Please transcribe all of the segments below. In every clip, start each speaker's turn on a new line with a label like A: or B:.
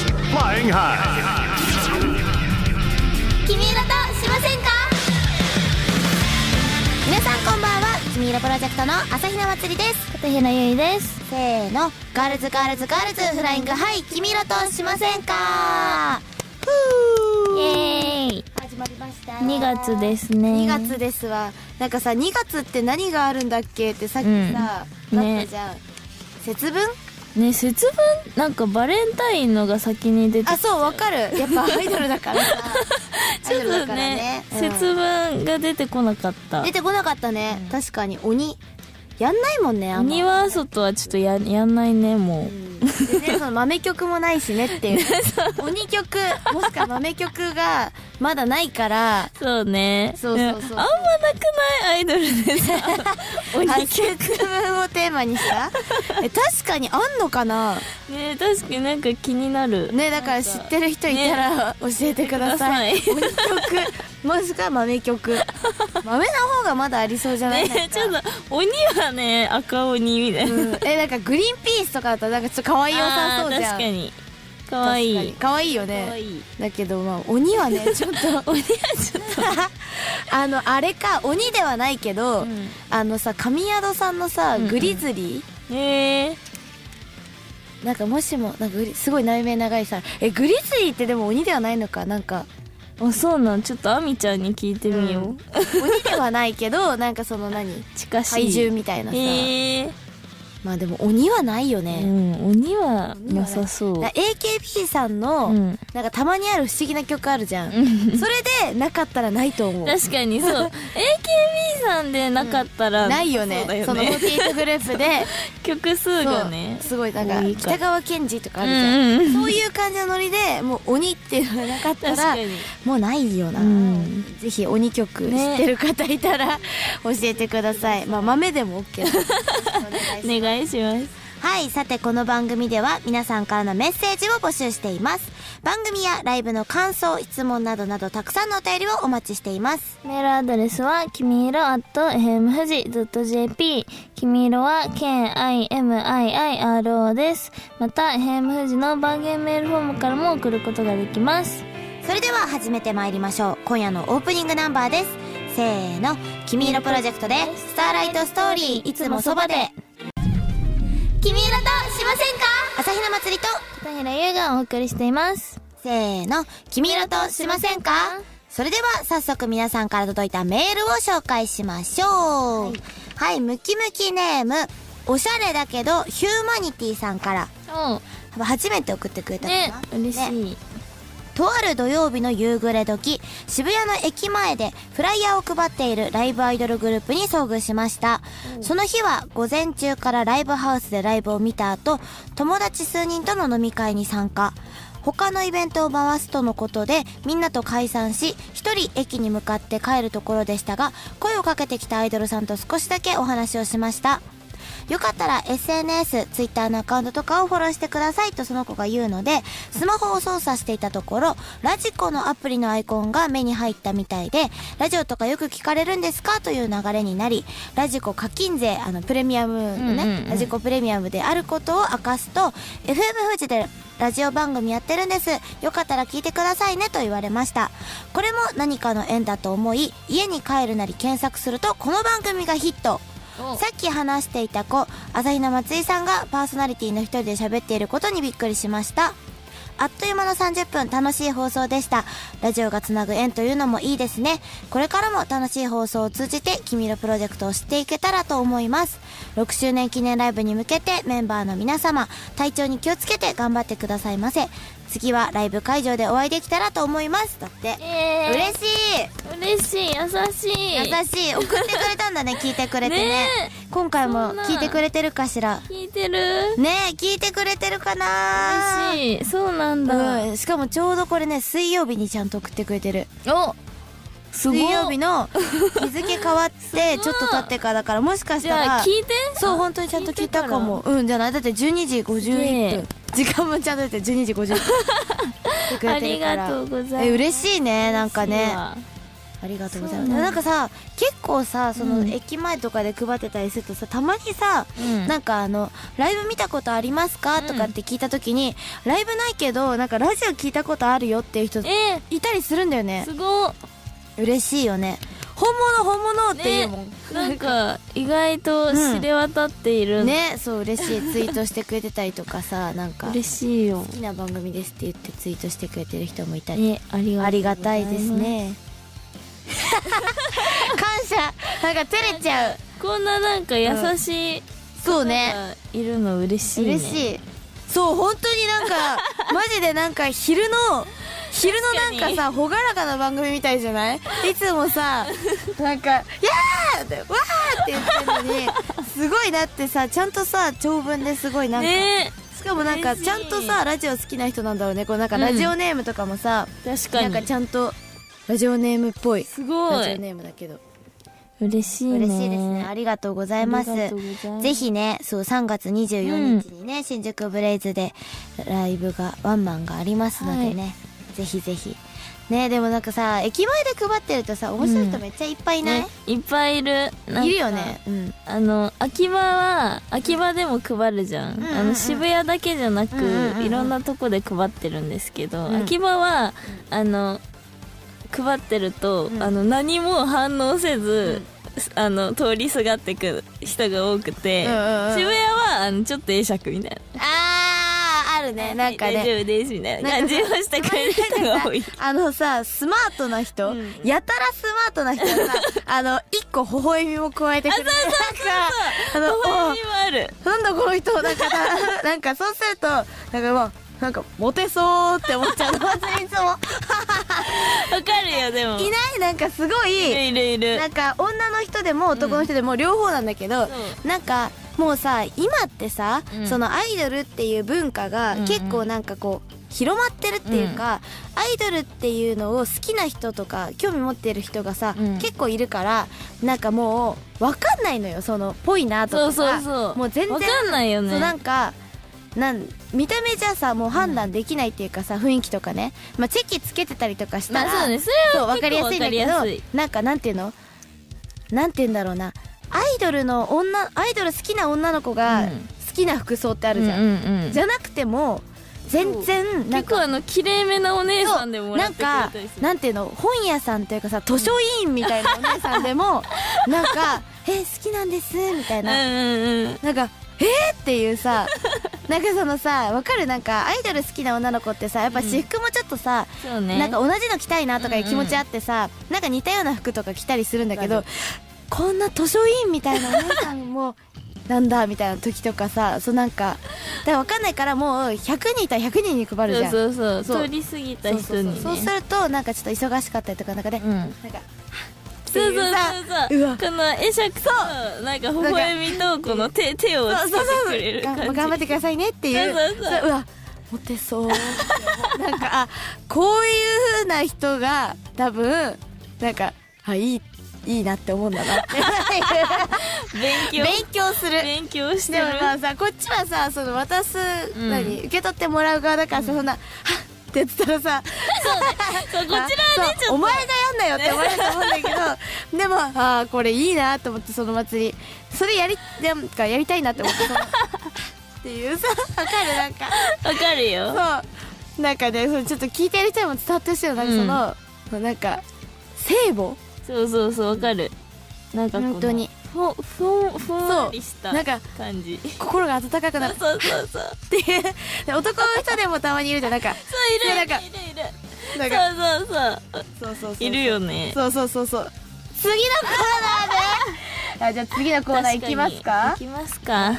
A: ンハ
B: 君色としませんか皆さんこんばんは君色プロジェクトの朝比奈まつりです琴平ゆいですせーのガールズガールズガールズフライングハイ君色としませんかふ
C: イ
B: ー
C: エーイ
B: 始まりました
C: 2月ですすね
D: 2月ですわなんかさ2月って何があるんだっけってさっきさ、
C: うん
D: なったじゃん、節分
C: ね節分なんかバレンタインのが先に出て
D: あそうわかるやっぱアイドルだからさア
C: ち
D: イ
C: ょ
D: ド
C: っ
D: ルだ
C: と
D: から
C: ね
D: ね、
C: 節分が出てこなかった
D: 出てこなかったね、確かに鬼やんないもんねあんま
C: 鬼は外はちょっとややんないねも
D: うんでね、その豆曲もないしねっていう 鬼曲もしくは豆曲がまだないから
C: うそうね
D: そうそうそうん
C: あんまなくないアイドルで さ鬼
D: あ節分をテーマにした え確かにあんのかな
C: ね確かになんか気になる
D: ねだから知ってる人いたら教えてください、
C: ねく
D: 鬼曲もしくは豆曲豆の方がまだありそうじゃないなん
C: ね
D: か
C: ちょっと鬼はね赤鬼みたいな、
D: うんえなんかグリーンピースとかだったらなんかちょっと可愛い良さそうじゃん
C: あー確かにかわいい
D: 確かに可愛いよね
C: かわいい
D: だけどまあ鬼 はねちょっと鬼はちょっとあのあれか鬼ではないけど、
C: うん
D: あのさ神宿さんのさ
C: うんうん
D: グリズリー、
C: へえ
D: なんかもしもなんかグリすごい内面長いさえグリズリーってでも鬼ではないのかなんか
C: あそうなんちょっとアミちゃんに聞いてみよう、
D: うん鬼ではないけどなんかその何
C: 近しい
D: 怪獣みたいなさ、
C: へえ
D: まあでも鬼はないよ
C: う
D: ね、
C: ん鬼はなさそう
D: だ AKB さんの、
C: うん
D: なんかたまにある不思議な曲あるじゃん、
C: ん
D: それでなかったらないと思う
C: 確か にそう AKB さんでなかったら、
D: ないよね
C: そう
D: その
C: だ
D: 48グループで
C: 曲数がね
D: そうすごいなんか
C: 多いから
D: 北川賢治とかあ
C: う
D: るじゃん、
C: んうん
D: そういう感じのノリでもう鬼っていうのがなかった
C: 確
D: ら
C: かに
D: もうないよな、
C: うん
D: ぜひ鬼曲知ってる方いたら教えてくださいまあ豆でも OK です
C: お願いします
B: はいさてこの番組では皆さんからのメッセージを募集しています番組やライブの感想質問などなどたくさんのお便りをお待ちしています
E: メールアドレスは、きみいろ at hemfuji.jp。きみいろは、k-i-m-i-i-r-o です。また、hemfuji の番組メールフォームからも送ることができます。
B: それでは始めてまいりましょう今夜のオープニングナンバーですせーの「君色プロジェクト」で「スターライトストーリーいつもそばで」君色としませんか朝比奈まつりと
E: 片平優がお送りしています。
B: せーの「君色としませんか?」それでは早速皆さんから届いたメールを紹介しましょうはい、ムキムキネームおしゃれだけどヒューマニティさんから
C: お
B: 初めて送ってくれたか
C: ね
B: な、
C: 嬉しい、
B: とある土曜日の夕暮れ時渋谷の駅前でフライヤーを配っているライブアイドルグループに遭遇しましたその日は午前中からライブハウスでライブを見た後友達数人との飲み会に参加他のイベントを回すとのことでみんなと解散し一人駅に向かって帰るところでしたが声をかけてきたアイドルさんと少しだけお話をしましたよかったら SNS、Twitter のアカウントとかをフォローしてくださいとその子が言うので、スマホを操作していたところ、ラジコのアプリのアイコンが目に入ったみたいで、ラジオとかよく聞かれるんですかという流れになり、ラジコ課金税、あの、プレミアムね、
C: うんうんうん
B: ラジコプレミアムであることを明かすと、FM 富士でラジオ番組やってるんです。よかったら聞いてくださいねと言われました。これも何かの縁だと思い、家に帰るなり検索すると、この番組がヒット。さっき話していた子朝比奈松井さんがパーソナリティの一人で喋っていることにびっくりしましたあっという間の30分楽しい放送でしたラジオがつなぐ縁というのもいいですねこれからも楽しい放送を通じて君のプロジェクトを知っていけたらと思います6周年記念ライブに向けてメンバーの皆様体調に気をつけて頑張ってくださいませ次はライブ会場でお会いできたらと思いますだって
C: え
B: 嬉しい
C: 嬉しい優しい
B: 優しい送ってくれたんだね聞いてくれてね
C: ね
B: 今回も
C: そんな
B: 聞いてくれてるかしら
C: 聞いてる
B: ねえ聞いてくれてるかな
C: 嬉しいそうなんだ、
D: うん、しかもちょうどこれね水曜日にちゃんと送ってくれてる
C: おすごい
D: 水曜日 の日付変わってちょっと経ってからだからもしかし
C: じ
D: た
C: ゃ
D: ら
C: あ聞いて
D: そう本当にちゃんと聞いたかもうんじゃないだって12時51分時間もちゃんと出て12時51分来 てく
C: あ
D: れて
C: り
D: るか
C: が
D: ら
C: とうございます
D: え嬉しいねなんかね
C: 嬉しいわ
D: ありがとうございます
B: なんかさ結構さその駅前とかで配ってたりするとさたまにさ、
C: うん
B: なんかあの「ライブ見たことありますか?」とかって聞いた時に、ライブないけどなんかラジオ聞いたことあるよっていう人
C: え
B: いたりするんだよね
C: すごっ
B: 嬉しいよね本物本物っていうもん
C: なんか意外と知れ渡っている、
B: ねそう嬉しいツイートしてくれてたりとかさなんか好
C: 嬉しいよ
B: きな番組ですって言ってツイートしてくれてる人もいたり
C: ねありがとうございます
B: ありがたいですね感謝なんか照れちゃう
C: こんななんか優しい、
B: そうね
C: いるの嬉しい、ね、
B: 嬉しいそう本当になん かマジでなんか昼の昼のなんかさ朗らかな番組みたいじゃないいつもさなんか「やー!」って「わー!」って言ってるのにすごいだってさちゃんとさ長文ですごいなんか、
C: ね
B: しかもなんか
C: 嬉しい
B: ちゃんとさラジオ好きな人なんだろうねこうなんか
C: うん
B: ラジオネームとかもさ、
C: 確
B: な
C: か
B: んか
C: に
B: ちゃんとラジオネームっぽい
C: すご
B: ラジオ
C: い
B: ネームだけど
C: 嬉しいね
B: 嬉しいですねありがとうございます
C: ありがとうございます
B: ぜひね、そう、3月24日にね、新宿ブレイズでライブが、ワンマンがありますのでね、ぜひぜひ。ね、でもなんかさ、駅前で配ってるとさ、面白い人めっちゃいっぱいいない、
C: ねいっぱいいるなんか
B: いるよね。うん。
C: あの秋葉は秋葉でも配るじゃん,、
B: うんうんうん
C: あの渋谷だけじゃなく、
B: うんうんうん
C: いろんなとこで配ってるんですけど、
B: うん
C: 秋葉はあの配ってると、
B: うん
C: あの何も反応せず、あの通りすがってく人が多くて、
B: うんうんうん
C: 渋谷はあのちょっと会釈みたいな
B: あー、あるね、なんか
C: 大
B: ね。
C: 丈夫ですみたいな感じをしてくれる人が多い
B: あのさ、スマートな人、
C: うん
B: やたらスマートな人が さ、あの、一個微笑みも加えてくれる。なんか、あの、お
C: そういうのもある
B: なんだこの人なんかな なんかそうするとなんかまあなんかモテそうって思っちゃうの私いつも
C: わかるよでも
B: いないなんかすごい
C: いるいるいる
B: なんか女の人でも男の人でも両方なんだけど、なんかもうさ今ってさ、
C: うん
B: そのアイドルっていう文化が
C: うんうん
B: 結構なんかこう広まってるっていうか、アイドルっていうのを好きな人とか興味持ってる人がさ、
C: うん
B: 結構いるからなんかもう分かんないのよそのぽいなとか
C: そ
B: が
C: うそうそう
B: もう全然
C: わかんないよね
B: そうなんかなん見た目じゃさもう判断できないっていうかさ、雰囲気とかね、まあ、チェキつけてたりとかしたら、
C: まあそうねそれ
B: そ
C: は
B: う分かりやすいんだけ
C: 結構わかりや
B: どなんかなんていうのなんていうんだろうなアイドルの女アイドル好きな女の子
C: う
B: が
C: ん
B: 好きな服装ってあるじゃん、
C: うんうんうん
B: じゃなくても全然なん
C: 結
B: か
C: 構あの綺麗めなお姉さんで
B: そ
C: も
B: う
C: ら
B: な
C: っ
B: ん
C: てくれた
B: か
C: りする
B: なんていうの本屋さんというかさ図書委員みたいなお姉さんで もなんか「え好きなんです」みたいな
C: うんうんうん
B: なんか「えー!」っていうさ なんかそのさわかるなんかアイドル好きな女の子ってさやっぱ私服もちょっとさ、
C: そうね
B: なんか同じの着たいなとかいう気持ちあってさ、なんか似たような服とか着たりするんだけどこんな図書委員みたいなお姉さんもなんだみたいな時とかさそうなんかだからわかんないからもう100人いたら100人に配るじゃん
C: そうそう
B: そ
C: そうう通り過ぎた人にね
B: そうそうそうそうするとなんかちょっと忙しかったりとかなんかで、
C: うん
B: なんか
C: そうそうそう
B: う
C: そ
B: わ
C: うこの会釈となんか微笑みとこの手手をつけてくれる感じ
B: が頑張ってくださいねっていう
C: そうそうそう
B: うわモテそうなんかあこういう風な人が多分なんかあいいいいなって思うんだなって
C: 勉強
B: 勉強する
C: 勉強して
B: で
C: る
B: もまあさこっちはさその渡す、
C: うん
B: 何受け取ってもらう側だからさ、そんな「はっ」って言ってたらさ
C: そうこちらはね
B: そう
C: ちょ
B: お
C: っと
B: 前がやんなよって思われると思うんだけ どでもああこれいいなと思ってその祭りそれやりなんかやりたいなって思ってそ のっていうさわかるなんか
C: わかるよ
B: そうなんかねそのちょっと聞いてる人にも伝わってほしいよなんかその、そのなんか聖母
C: そうそうそうわかるなんかこの
B: 本当に
C: ふんふんふんわりし
B: そ
C: た
B: うなんか
C: 感じ
B: 心が温かくなるっ
C: そうそうそう
B: ていうで男の人でもたまにいるじゃんなんか
C: そういる
B: そう
C: い
B: なんか
C: るいるいる
B: なんか
C: そうそう
B: そうそうそう
C: そういるよね
B: そうそうそうそう次のコーナーであじゃあ次のコーナー行きますか
C: 行きますか、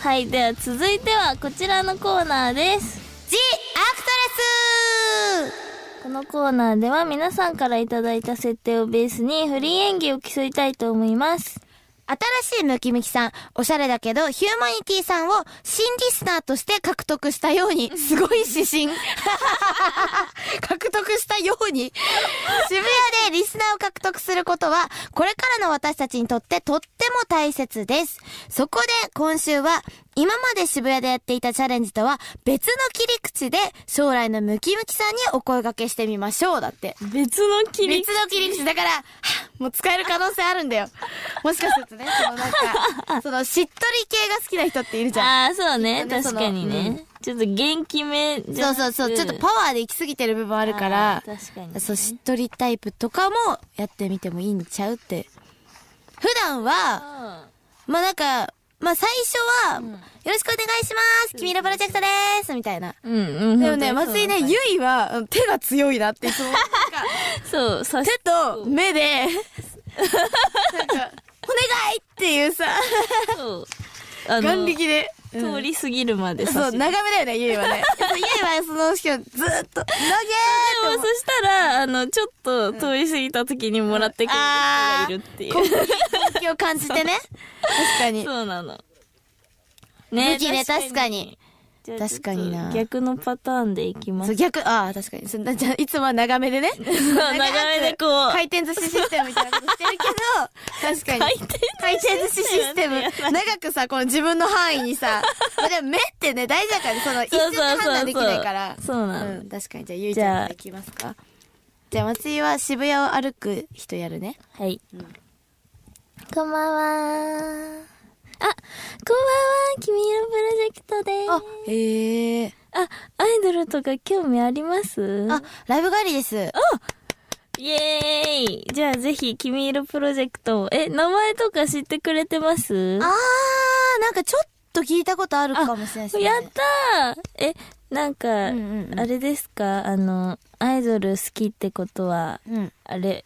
C: はいでは続いてはこちらのコーナーです
B: ジ・アクトレス
E: このコーナーでは皆さんからいただいた設定をベースにフリー演技を競いたいと思います。
B: 新しいムキムキさん、おしゃれだけど、ヒューマニティさんを新リスナーとして獲得したように、すごい指針。獲得したように。渋谷でリスナーを獲得することは、これからの私たちにとってとっても大切です。そこで今週は、今まで渋谷でやっていたチャレンジとは別の切り口で将来のムキムキさんにお声掛けしてみましょう。だって。
C: 別の切り
B: 別の切り口だから、 はぁもう使える可能性あるんだ よ。もしかするとね、そのなんか、そのしっとり系が好きな人っているじゃん。
C: ああー、そうね。
B: ね
C: 確かにね。ちょっと元気めじ
B: そ
C: ゃ
B: うそうそう、ちょっとパワーで行き過ぎてる部分あ
C: あ
B: るから、
C: ー確かに。
B: そう、しっとりタイプとかもやってみてもいいんちゃうって。普段は、まあなんか、まあ最初は、よろしくお願いします君のプロジェクトでーすみたいな。
C: うん。うんうん。
B: でもね、
C: 本当
B: 松
C: に
B: 井ね、ゆいはうん手が強いなっていつも。なんか
C: そう、さし
B: 手と目で、なんか、お願いっていうさ、
C: そう。あ
B: 眼
C: の、
B: 力で。
C: 通り過ぎるまでさし
B: そう、長めだよね、ゆいはね。ゆいは その式をずーっと、投
C: でもそしたら、あの、ちょっと通り過ぎた時にもらってくれる人がいるっていう。
B: げー気を感じてね。確かに。
C: そうなの。
B: 武器ね確かに。
C: じゃあちょっと
B: 確かにな
C: 逆のパターンでいきま
B: そ
C: す
B: う、。逆、ああ、確かに。そんなじゃあいつもは長めでね。
C: 長めでこう。
B: 回転寿司システムみたいなことしてるけど、確か
C: 回
B: に。
C: 転
B: 回転寿司システム。長くさ、この自分の範囲に さ、まあでも目ってね、大事だからね、その一
C: そ
B: 瞬
C: う
B: で
C: そうそうそう
B: 判断できないから。
C: そうなの
B: ん、確かに。じゃあ、ゆいちゃんからいきますか。じゃあ、松井は渋谷を歩く人やるね。
C: はい。
E: こんばんは。あ、こんばんは、君のプロジェクトです。
B: あ、へえ。
E: あ、アイドルとか興味あります
B: あ、ライブ帰りです。
C: イエーイじゃあぜひ、君色プロジェクトを。え、名前とか知ってくれてます
B: あー、なんかちょっと聞いたことあるかもしれないですね。
C: やったーえ、なんか、
B: うんうんうん
C: あれですかあの、アイドル好きってことは、
B: うん。
C: あれ、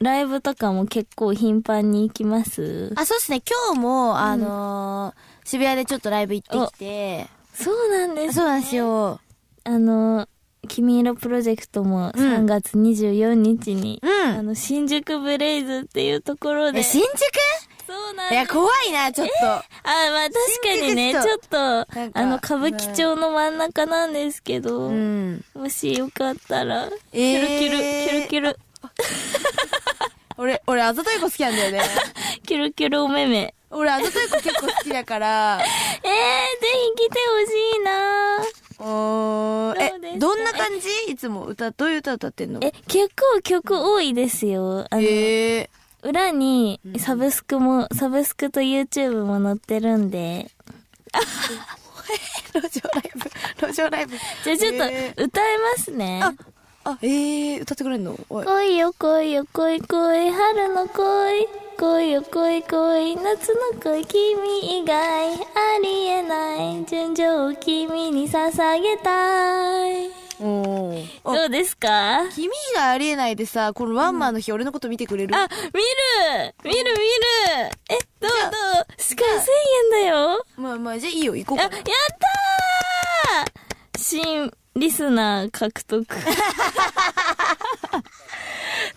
C: ライブとかも結構頻繁に行きます
B: あ、そうですね。今日も、あのー、渋谷でちょっとライブ行ってきて、
C: そうなんで
B: そうなんですよ。
C: あの、君色プロジェクトも
B: うん
C: 3月24日に、
B: うん
C: あの、新宿ブレイズっていうところで、
B: え、
C: そ
B: 新宿
C: うなん
B: い
C: で
B: や、
C: す。
B: 怖いな、ちょっと。
C: あ、まあ確かにね、ち
B: 新宿
C: ょっと
B: なん、か
C: あの、歌舞伎町の真ん中なんですけど、
B: うん。
C: もしよかったら、
B: え
C: キ
B: ー
C: ュルキュル、キュルキュル、
B: 俺、俺、あざとい子好きなんだ よね。
C: キュルキュルおめめ。
B: 俺、あざとい子結構好きだから、
C: えー、ぜひ来てほしいな
B: うーん。
C: どうです
B: え、
C: か
B: どんな感じいつも歌、どういう歌歌ってんの
C: え、結構曲多いですよ。あの、
B: へえ。
C: 裏にサブスクも、サブスクと YouTube も載ってるんで、
B: 路上ライブ、路上ライブ。
C: じゃあちょっ
B: え
C: と歌えますね。
B: ああ、ええ、歌ってくれんのおい。
E: 恋よ恋よ恋恋春の恋恋よ恋恋夏の恋君以外ありえない純情を君に捧げたい
B: おーあ
C: どうですかあ、
B: 君がありえないでさ、このワンマンの日、俺のこと見てくれる
C: 見る見る見るえ、どうどうしかも1000円だよ
B: まあまあ、じゃあいいよ、行こう
C: あ、
B: か
C: やっ。たー新リスナー獲 得。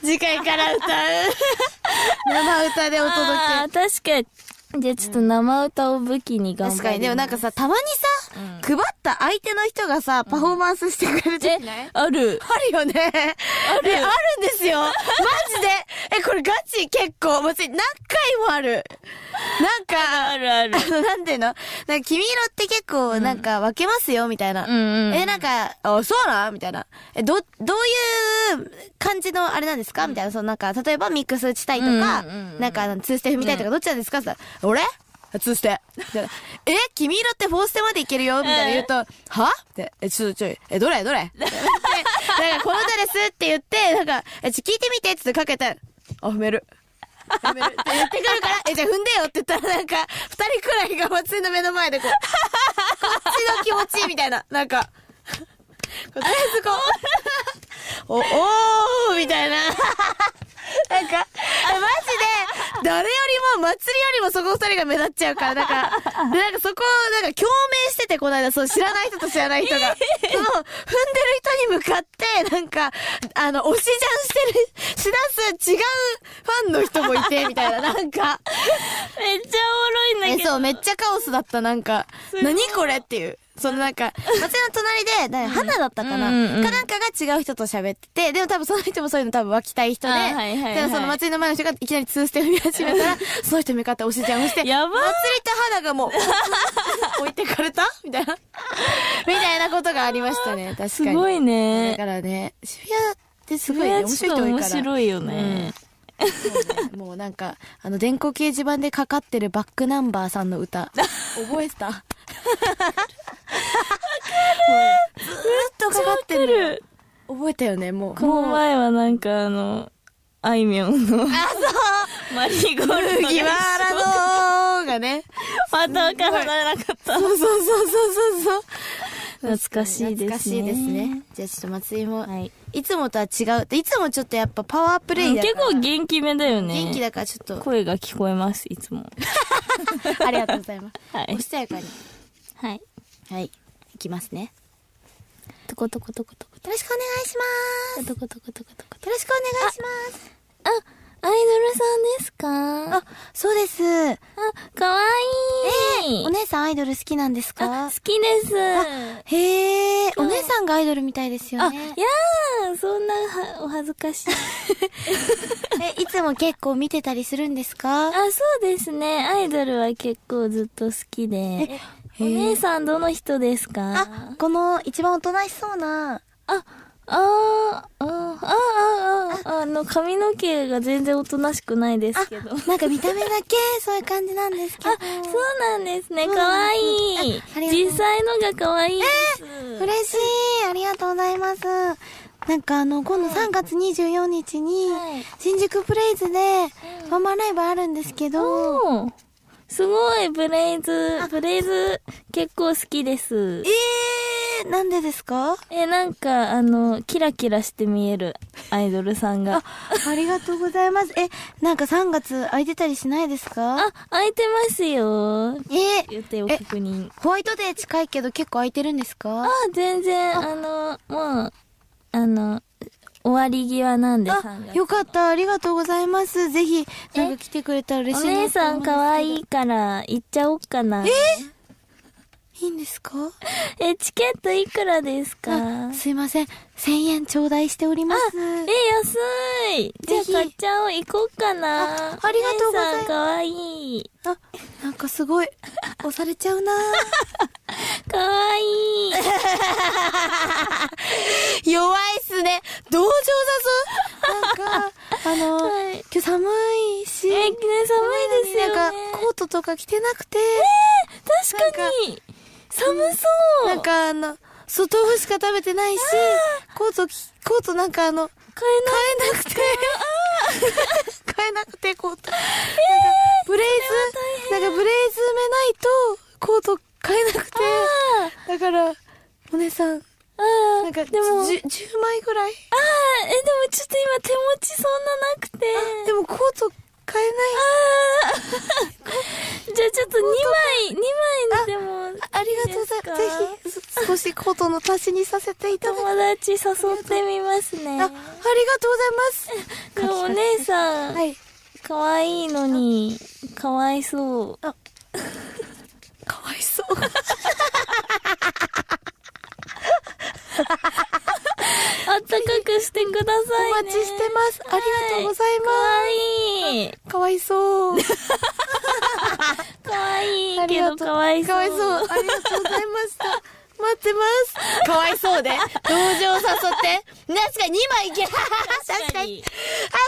B: 次回から歌う。 生歌でお届
C: あー確かに。じゃあちょっと生歌を武器に
B: け。
C: 頑張
B: 確かに、でもなん
C: か、
B: かさ、たまにさ、配った相手の人がさ、パフォーマンスしてくれる時
C: え
B: ない、
C: ある。
B: あるよね。ある。あるんですよ。マジで。え、これガチ結構。もち何回もある。なんか、
C: あるある。
B: あの、なんていうのなんか、君色って結構、なんか、分けますよ、みたいな。
C: うんうん。
B: え、なんか、あ、そうなんみたいな。え、ど、どういう感じのあれなんですかみたいな。そのなんか、例えばミックス打ちたいとか、
C: うんうんうんうん
B: なんかあの、ツーステ踏みたいとか、どっちなんですかって言ったら、俺ツーステ。みたいなえ、君色ってフォーステまでいけるよみたいな言うと、はって、え、ちょ、ちょい、え、どれどれってなんか、この歌ですって言って、なんか、え、ちょ、聞いてみてってかけて、あ、踏める。踏めるって言ってくるから、え、じゃあ踏んでよって言ったら、なんか、二人くらいが松井の目の前でこう、こっちの気持ちいいみたいな、なんか、とりあえずこう、お、おーみたいな。なんか、マジで、誰よりも、祭りよりもそこ二人が目立っちゃうから、なんか、で、なんかそこ、なんか共鳴してて、この間、そう、知らない人と知らない人が、その、踏んでる人に向かって、なんか、あの、推しジャンしてる、しだす違うファンの人もいて、みたいな、なんか、
F: めっちゃおもろいんだ
B: え、
F: けど。
B: そう、めっちゃカオスだった、なんか、何これっていう。そのなんか、松屋の隣で、なんか花だったかな、
F: うんうんうん
B: かなんかが違う人と喋ってて、でも多分その人もそういうの多分湧きたい人で、
F: あはいはいはい
B: でもその祭りの前の人がいきなりツーステ踏み始め たら、その人に向かっておしちゃんをして、
F: やば
B: 祭りと花がもう、 置いてかれたみたいな。みたいなことがありましたね、確かに。
F: すごい
B: だ
F: ね。
B: からね、渋谷ってすごい、
F: これ
B: ね、
F: は
B: 面
F: ち
B: 白
F: ょ
B: い
F: っと
B: 人多い
F: 面
B: から。
F: 白いよね。
B: もうなんか、あの、電光掲示板でかかってるバックナンバーさんの歌、覚えてたわかるずーっとかかってる。
F: 来る
B: 覚えたよね、もう。
F: この
B: もう、
F: 前はなんかあの、あいみょんの。あ、そうマリーゴールドが一緒。
B: 麦わらのがね。
F: またわからなかった。
B: そうそうそうそうそう。
F: 懐かしいですね。
B: 懐かしいですね。じゃあちょっと松井も、
F: はい。
B: い、つもとは違う。でいつもちょっとやっぱパワープレイだか
F: 結
B: ら。
F: 構元気めだよね。
B: 元気だからちょっと、
F: 声が聞こえます、いつも。
B: ありがとうございます。
F: は
B: お
F: い
B: し。とやかに。
F: はい。
B: はい。いきますね。
C: トコトコトコトコ
B: よろしくお願いします。
C: トコトコトコトコ
B: よろしくお願いします。
C: あ、アイドルさんですかあ、
B: あ、そうです。え
C: かわいい、
B: お姉さんアイドル好きなんですか
C: あ、好きです
B: へえ、お姉さんがアイドルみたいですよ
C: あ、
B: ね。
C: やーそんなはお恥ず かしい。
B: え、いつも結構見てたりするんですか
C: あ、そうですね。アイドルは結構ずっと好きで。お姉さんどの人ですか
B: あ、この一番おとなしそうな。
C: あ、あー、あー、あー、あー、あー、あの、髪の毛が全然おとなしくないですけ ど。あ、
B: なんか見た目だけそういう感じなんですけど。
C: そうなんですね。かわいい
B: ああり。がとう
C: 実際のがかわいいです。
B: 嬉しい。ありがとうございます。なんかあの、今度3月24日に
C: はい、
B: 新宿プレイズでワンマンライブあるんですけど、
C: おーすごい、ブレイズ、ブレイズ結構好きです。
B: えー、なんでですか
C: え、なんか、あの、キラキラして見えるアイドルさんが。
B: ありがとうございます。え、なんか3月空いてたりしないですか
C: あ、空いてますよ。
B: え
C: 予定を確認。
B: ホワイトデー近いけど結構空いてるんですか
C: あ、全然、あの、もう、あの、終わり際なんで、3月
B: よかった。ありがとうございます。ぜひ、なんか来てくれたら嬉
C: お
B: しいなと思い
C: 姉さん可愛いから、行っちゃおっかな。
B: いいんですか
C: え、チケットいくらですか
B: あすいません。1000円頂戴しております。
C: え、安いじ
B: ぜ
C: ゃ
B: ひ
C: あ買っちゃおう、行こうかな。
B: あありがとうございます
C: お姉さん可愛い。
B: あ、なんかすごい、押されちゃうな
C: 可愛い。
B: 弱いっすね。同情だぞ。なんか、あの、
C: はい
B: 今日寒いし、
C: え、ね、寒いですよ、ね。
B: なんか、コートとか着てなくて、
C: 確かに。寒そう。
B: なんかあの、外豆腐しか食べてないし、コートき、コートなんかあの、
C: 買え
B: 買え
C: ない。
B: なくて、買えなくてコート。なんか、ブレイズ、なんかブレイズ埋めないと、コート買えなくて、だから、お姉さん、
C: あー
B: なんか、
C: でも、あー
B: じゅ10枚ぐらい。
C: え、でもちょっと今手持ちそんななくて。
B: でもコート買えない。
C: あー じゃあちょっと2枚、2枚でも、
B: あありがとうございます。ぜひ、す少しコートの足しにさせていただき、
C: 友達誘ってみますね
B: あ、あ。りがとうございます。
C: でもお姉さ
B: は
C: ん、
B: い。
C: 可愛いのに、かわいそう。
B: かわいそう。
C: あったかくしてくださ
B: お
C: いね。
B: 待ちしてます。ありがとうござい
C: か
B: ま
C: わいい。
B: す。かわいそう。
C: かわい
B: あ
C: い
B: り
C: け
B: がと
C: ど
B: う
C: かわいそう。
B: かわいそう。ありがとうございました。待ってます。かわい そうで。同情誘って。確かに2枚いける。確かに。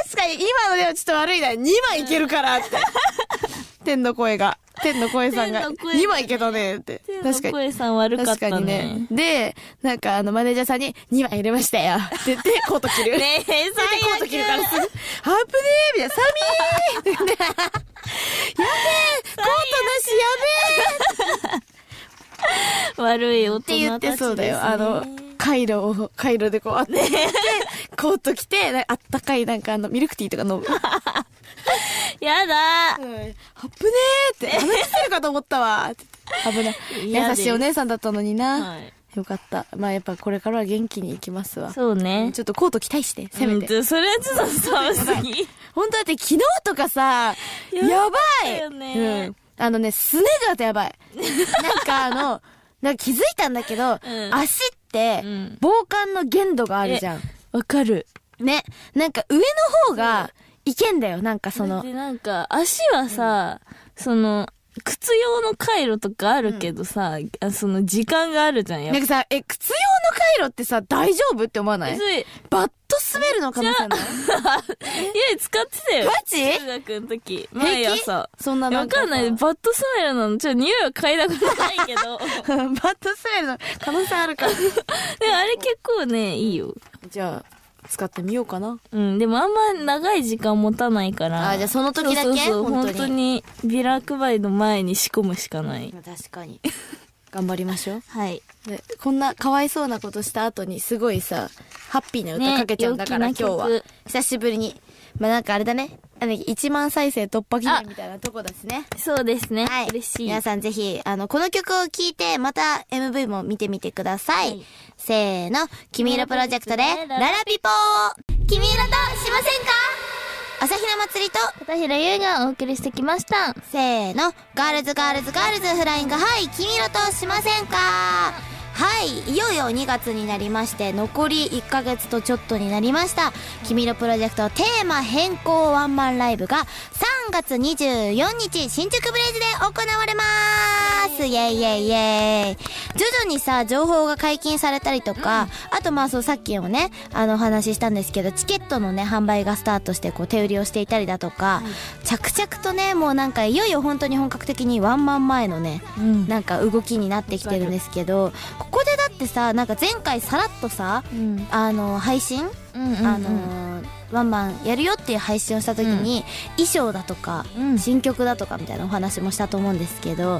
B: 確かに、今のではちょっと悪いな。2枚いけるからって。天の声が。天の声さんが。
C: 天の声がね
B: 2枚いけたねって。確か
C: 確か
B: に。
C: に。さん悪かっ
B: 確か
C: た
B: にね。。
C: ね
B: で、なんかあの、マネージャーさんに2枚入れましたよ。って言って、コート着る。
F: ね え、最
B: 絶対コート着るからすぐ、あぶねえみたいな、寒いーやべえコートなしやべえ
F: 悪悪い大人
B: って言った
F: ち
B: てそうだ
F: ですね
B: よ。あの、カイロを、カイロでこう、あって、コート着て、なあったかいなんかあの、ミルクティーとか飲む。
C: やだ
B: うん、危ねえって、話してるかと思ったわって危ない。
C: 嫌
B: 優
C: です
B: しいお姉さんだったのにな。
C: はい
B: よかった。まあやっぱこれからは元気に行きますわ。
C: そうね
B: ちょっとコート期待して、せめて。
C: うんそれはちょっと寒す ぎ
B: 本当だって昨日とかさ、
C: やばい
B: やばい
C: よね
B: うん。あのね、すねがとや ばい。なんかあの、なんか気づいたんだけど、
C: ん
B: 足って
C: うん、
B: 防寒の限度があるじゃん。
C: わかる
B: ね。なんか上の方が、いけんだよ。なんかその、
C: でなんか足はさ、その靴用の回路とかあるけどさ、あその時間があるじゃんやっ
B: なんかさ、え、靴用の回路ってさ、大丈夫って思わな
C: ぱ
B: い
C: りそれ い
B: バッと滑るの可能性ない
C: や使ってたよ
B: マジ
C: 中学の時毎
B: 平気
C: 朝
B: そんなな
C: わ
B: んか
C: か んない。バッドスメルなの。ちょっと匂いは嗅いだことないけど。
B: バッと滑るの可能性あるから。
C: でもあれ結構ね、いいよ。
B: じゃあ、使ってみようかな。
C: うん。でもあんま長い時間持たないから。
E: あじゃあその時だけ
C: そうそうそう
E: 本
C: 本
E: 当
C: 当
E: に
C: に。ビラ配りの前に仕込むしかない。
E: 確かに。
B: 頑張りましょう。
E: はい。
B: でこんなかわいそうなことした後にすごいさハッピーな歌
C: ね
B: かけちゃうんだから、
C: 陽気
B: 今
C: な
B: 日は
C: 曲
B: 久しぶりにまあなんかあれだねあの1万再生突破記念みたいなとこですね
C: そうですね。
E: はい。
C: 嬉しい。
E: 皆さんぜひ、あの、この曲を聴いて、また MV も見てみてください。せーの、君色プロジェクトで、ララピポー君色としませんか朝日奈祭りと、
G: 片平優がお送りしてきました。
E: せーの、ガールズガールズガールズフライング、はい、君色としませんかはい、いよいよ2月になりまして、残り1ヶ月とちょっとになりました。君色プロジェクトテーマ変更ワンマンライブが3月24日、新宿ブレイズで行われますイェイイェイイェイ徐々にさ、情報が解禁されたりとか、あとまあそうさっきもね、あのお話ししたんですけど、チケットのね、販売がスタートして、こう手売りをしていたりだとか、着々とね、もうなんかいよいよ本当に本格的にワンマン前のね、
C: うん。
E: なんか動きになってきてるんですけど、ここでだってさ、なんか前回さらっとさ、
C: うん。
E: あの、配信
C: うん。
E: あのーワンマンやるよっていう配信をした時に、衣装だとか、
C: うん
E: 新曲だとかみたいなお話もしたと思うんですけど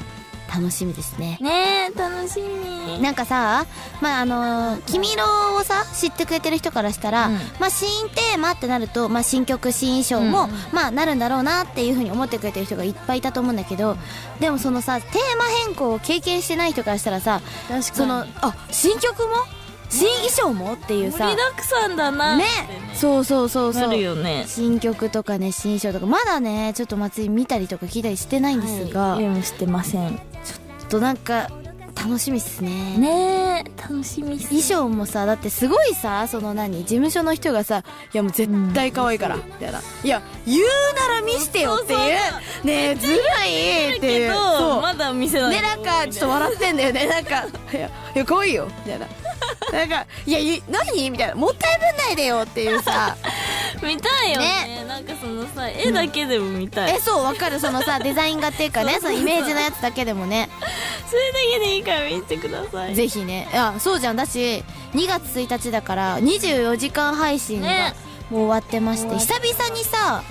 E: 楽しみですね。
C: ねえ、楽しみ。
E: なんかさ、まああのー君色をさ知ってくれてる人からしたら、
C: うん
E: まあ、新テーマってなると、まあ、新曲新衣装も、
C: うん
E: まあ、なるんだろうなっていうふうに思ってくれてる人がいっぱいいたと思うんだけどでもそのさテーマ変更を経験してない人からしたらさ
C: 確かに。
E: そのあ新曲も新衣装もっていうさ
C: 盛りだくさんだな。
E: ね
C: そ
E: そうそうそう
C: う
E: そう
C: なるよね。
E: 新曲とかね新衣装とかまだねちょっと祭り見たりとか聞いたりしてないんですが、
C: ゲームしてません。
E: ちょっとなんか楽しみっすね
C: ねえ、楽しみっす
E: 衣装もさだってすごいさその何事務所の人がさ「いやもう絶対可愛いから」みたいな「いや言うなら見してよ」っていう「ねえずるい」ってい
C: け
E: う
C: ど、
E: そ
C: まだ見せな
E: う
C: い。
E: ねなんかちょっと笑ってんだよ ねなんか「いやいや可愛いよ」みたいななんか「いやゆ何?」みたいな「もったいぶんないでよ」っていうさ
C: 見たいよねなんかそのさ絵だけでも見たい、
E: えそうわかるそのさデザイン画っていうかねそのイメージのやつだけでもね
C: それだけでいいから見てください
E: ぜひねあそうじゃんだし2月1日だから24時間配信が
C: ね
E: もう終わってまして、久々にさ、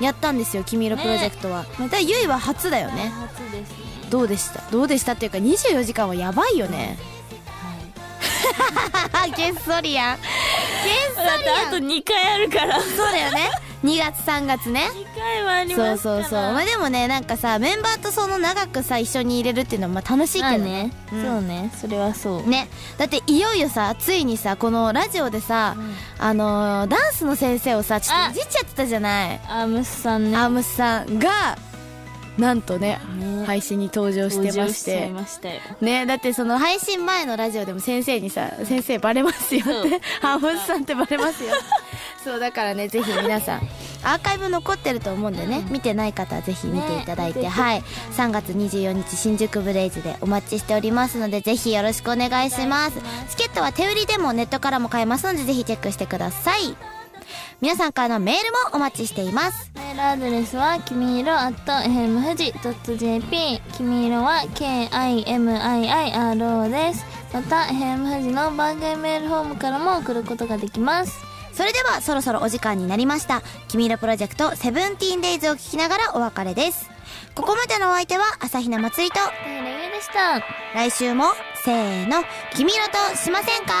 E: やったんですよ「君色プロジェクトは」だからゆいは初だよね
C: 初ですね
E: どうでしたどうでしたっていうか24時間はやばいよねはい げっそりやん
C: だってあと2回あるから2
E: そうだよね2月3月ね
C: 回はあり
E: そう
C: ますか
E: そう
C: ら
E: そうまあでもねなんかさメンバーとその長くさ一緒に入れるっていうのはまあ楽しい
C: ま
E: け
C: あ
E: ど
C: ね、
E: うん
C: そうねそれはそう
E: ねだっていよいよさついにさこのラジオでさ、あのーダンスの先生をさちょっと
C: あ
E: いじっちゃってたじゃない
C: アームスさんね
E: アームスさんがなんとね
C: ね
E: 配信に登場してまし
C: ちゃい
E: て
C: ましたよ
E: ねだってその配信前のラジオでも先生にさ「先生バレますよ」っ
C: そ
E: て「アームスさんってバレます よ」そうだからねぜひ皆さんアーカイブ残ってると思うんでね、見てない方はぜひ見ていただいて、
C: ね
E: はい3月24日新宿ブレイズでお待ちしておりますのでぜひよろしくお願いしますチケットは手売りでもネットからも買えますのでぜひチェックしてください皆さんからのメールもお待ちしています
G: メールアドレスは、きみいろ at hemfuji.jp。きみいろは、k-i-m-i-i-r-o です。また、ヘムフジの番組メールフォームからも送ることができます。
E: それではそろそろお時間になりました「君色プロジェクトセブンティーンデイズを聞きながらお別れですここまでのお相手は朝比奈まつりと
G: 片平優でした。
E: 来週もせーの「君色としませんか?」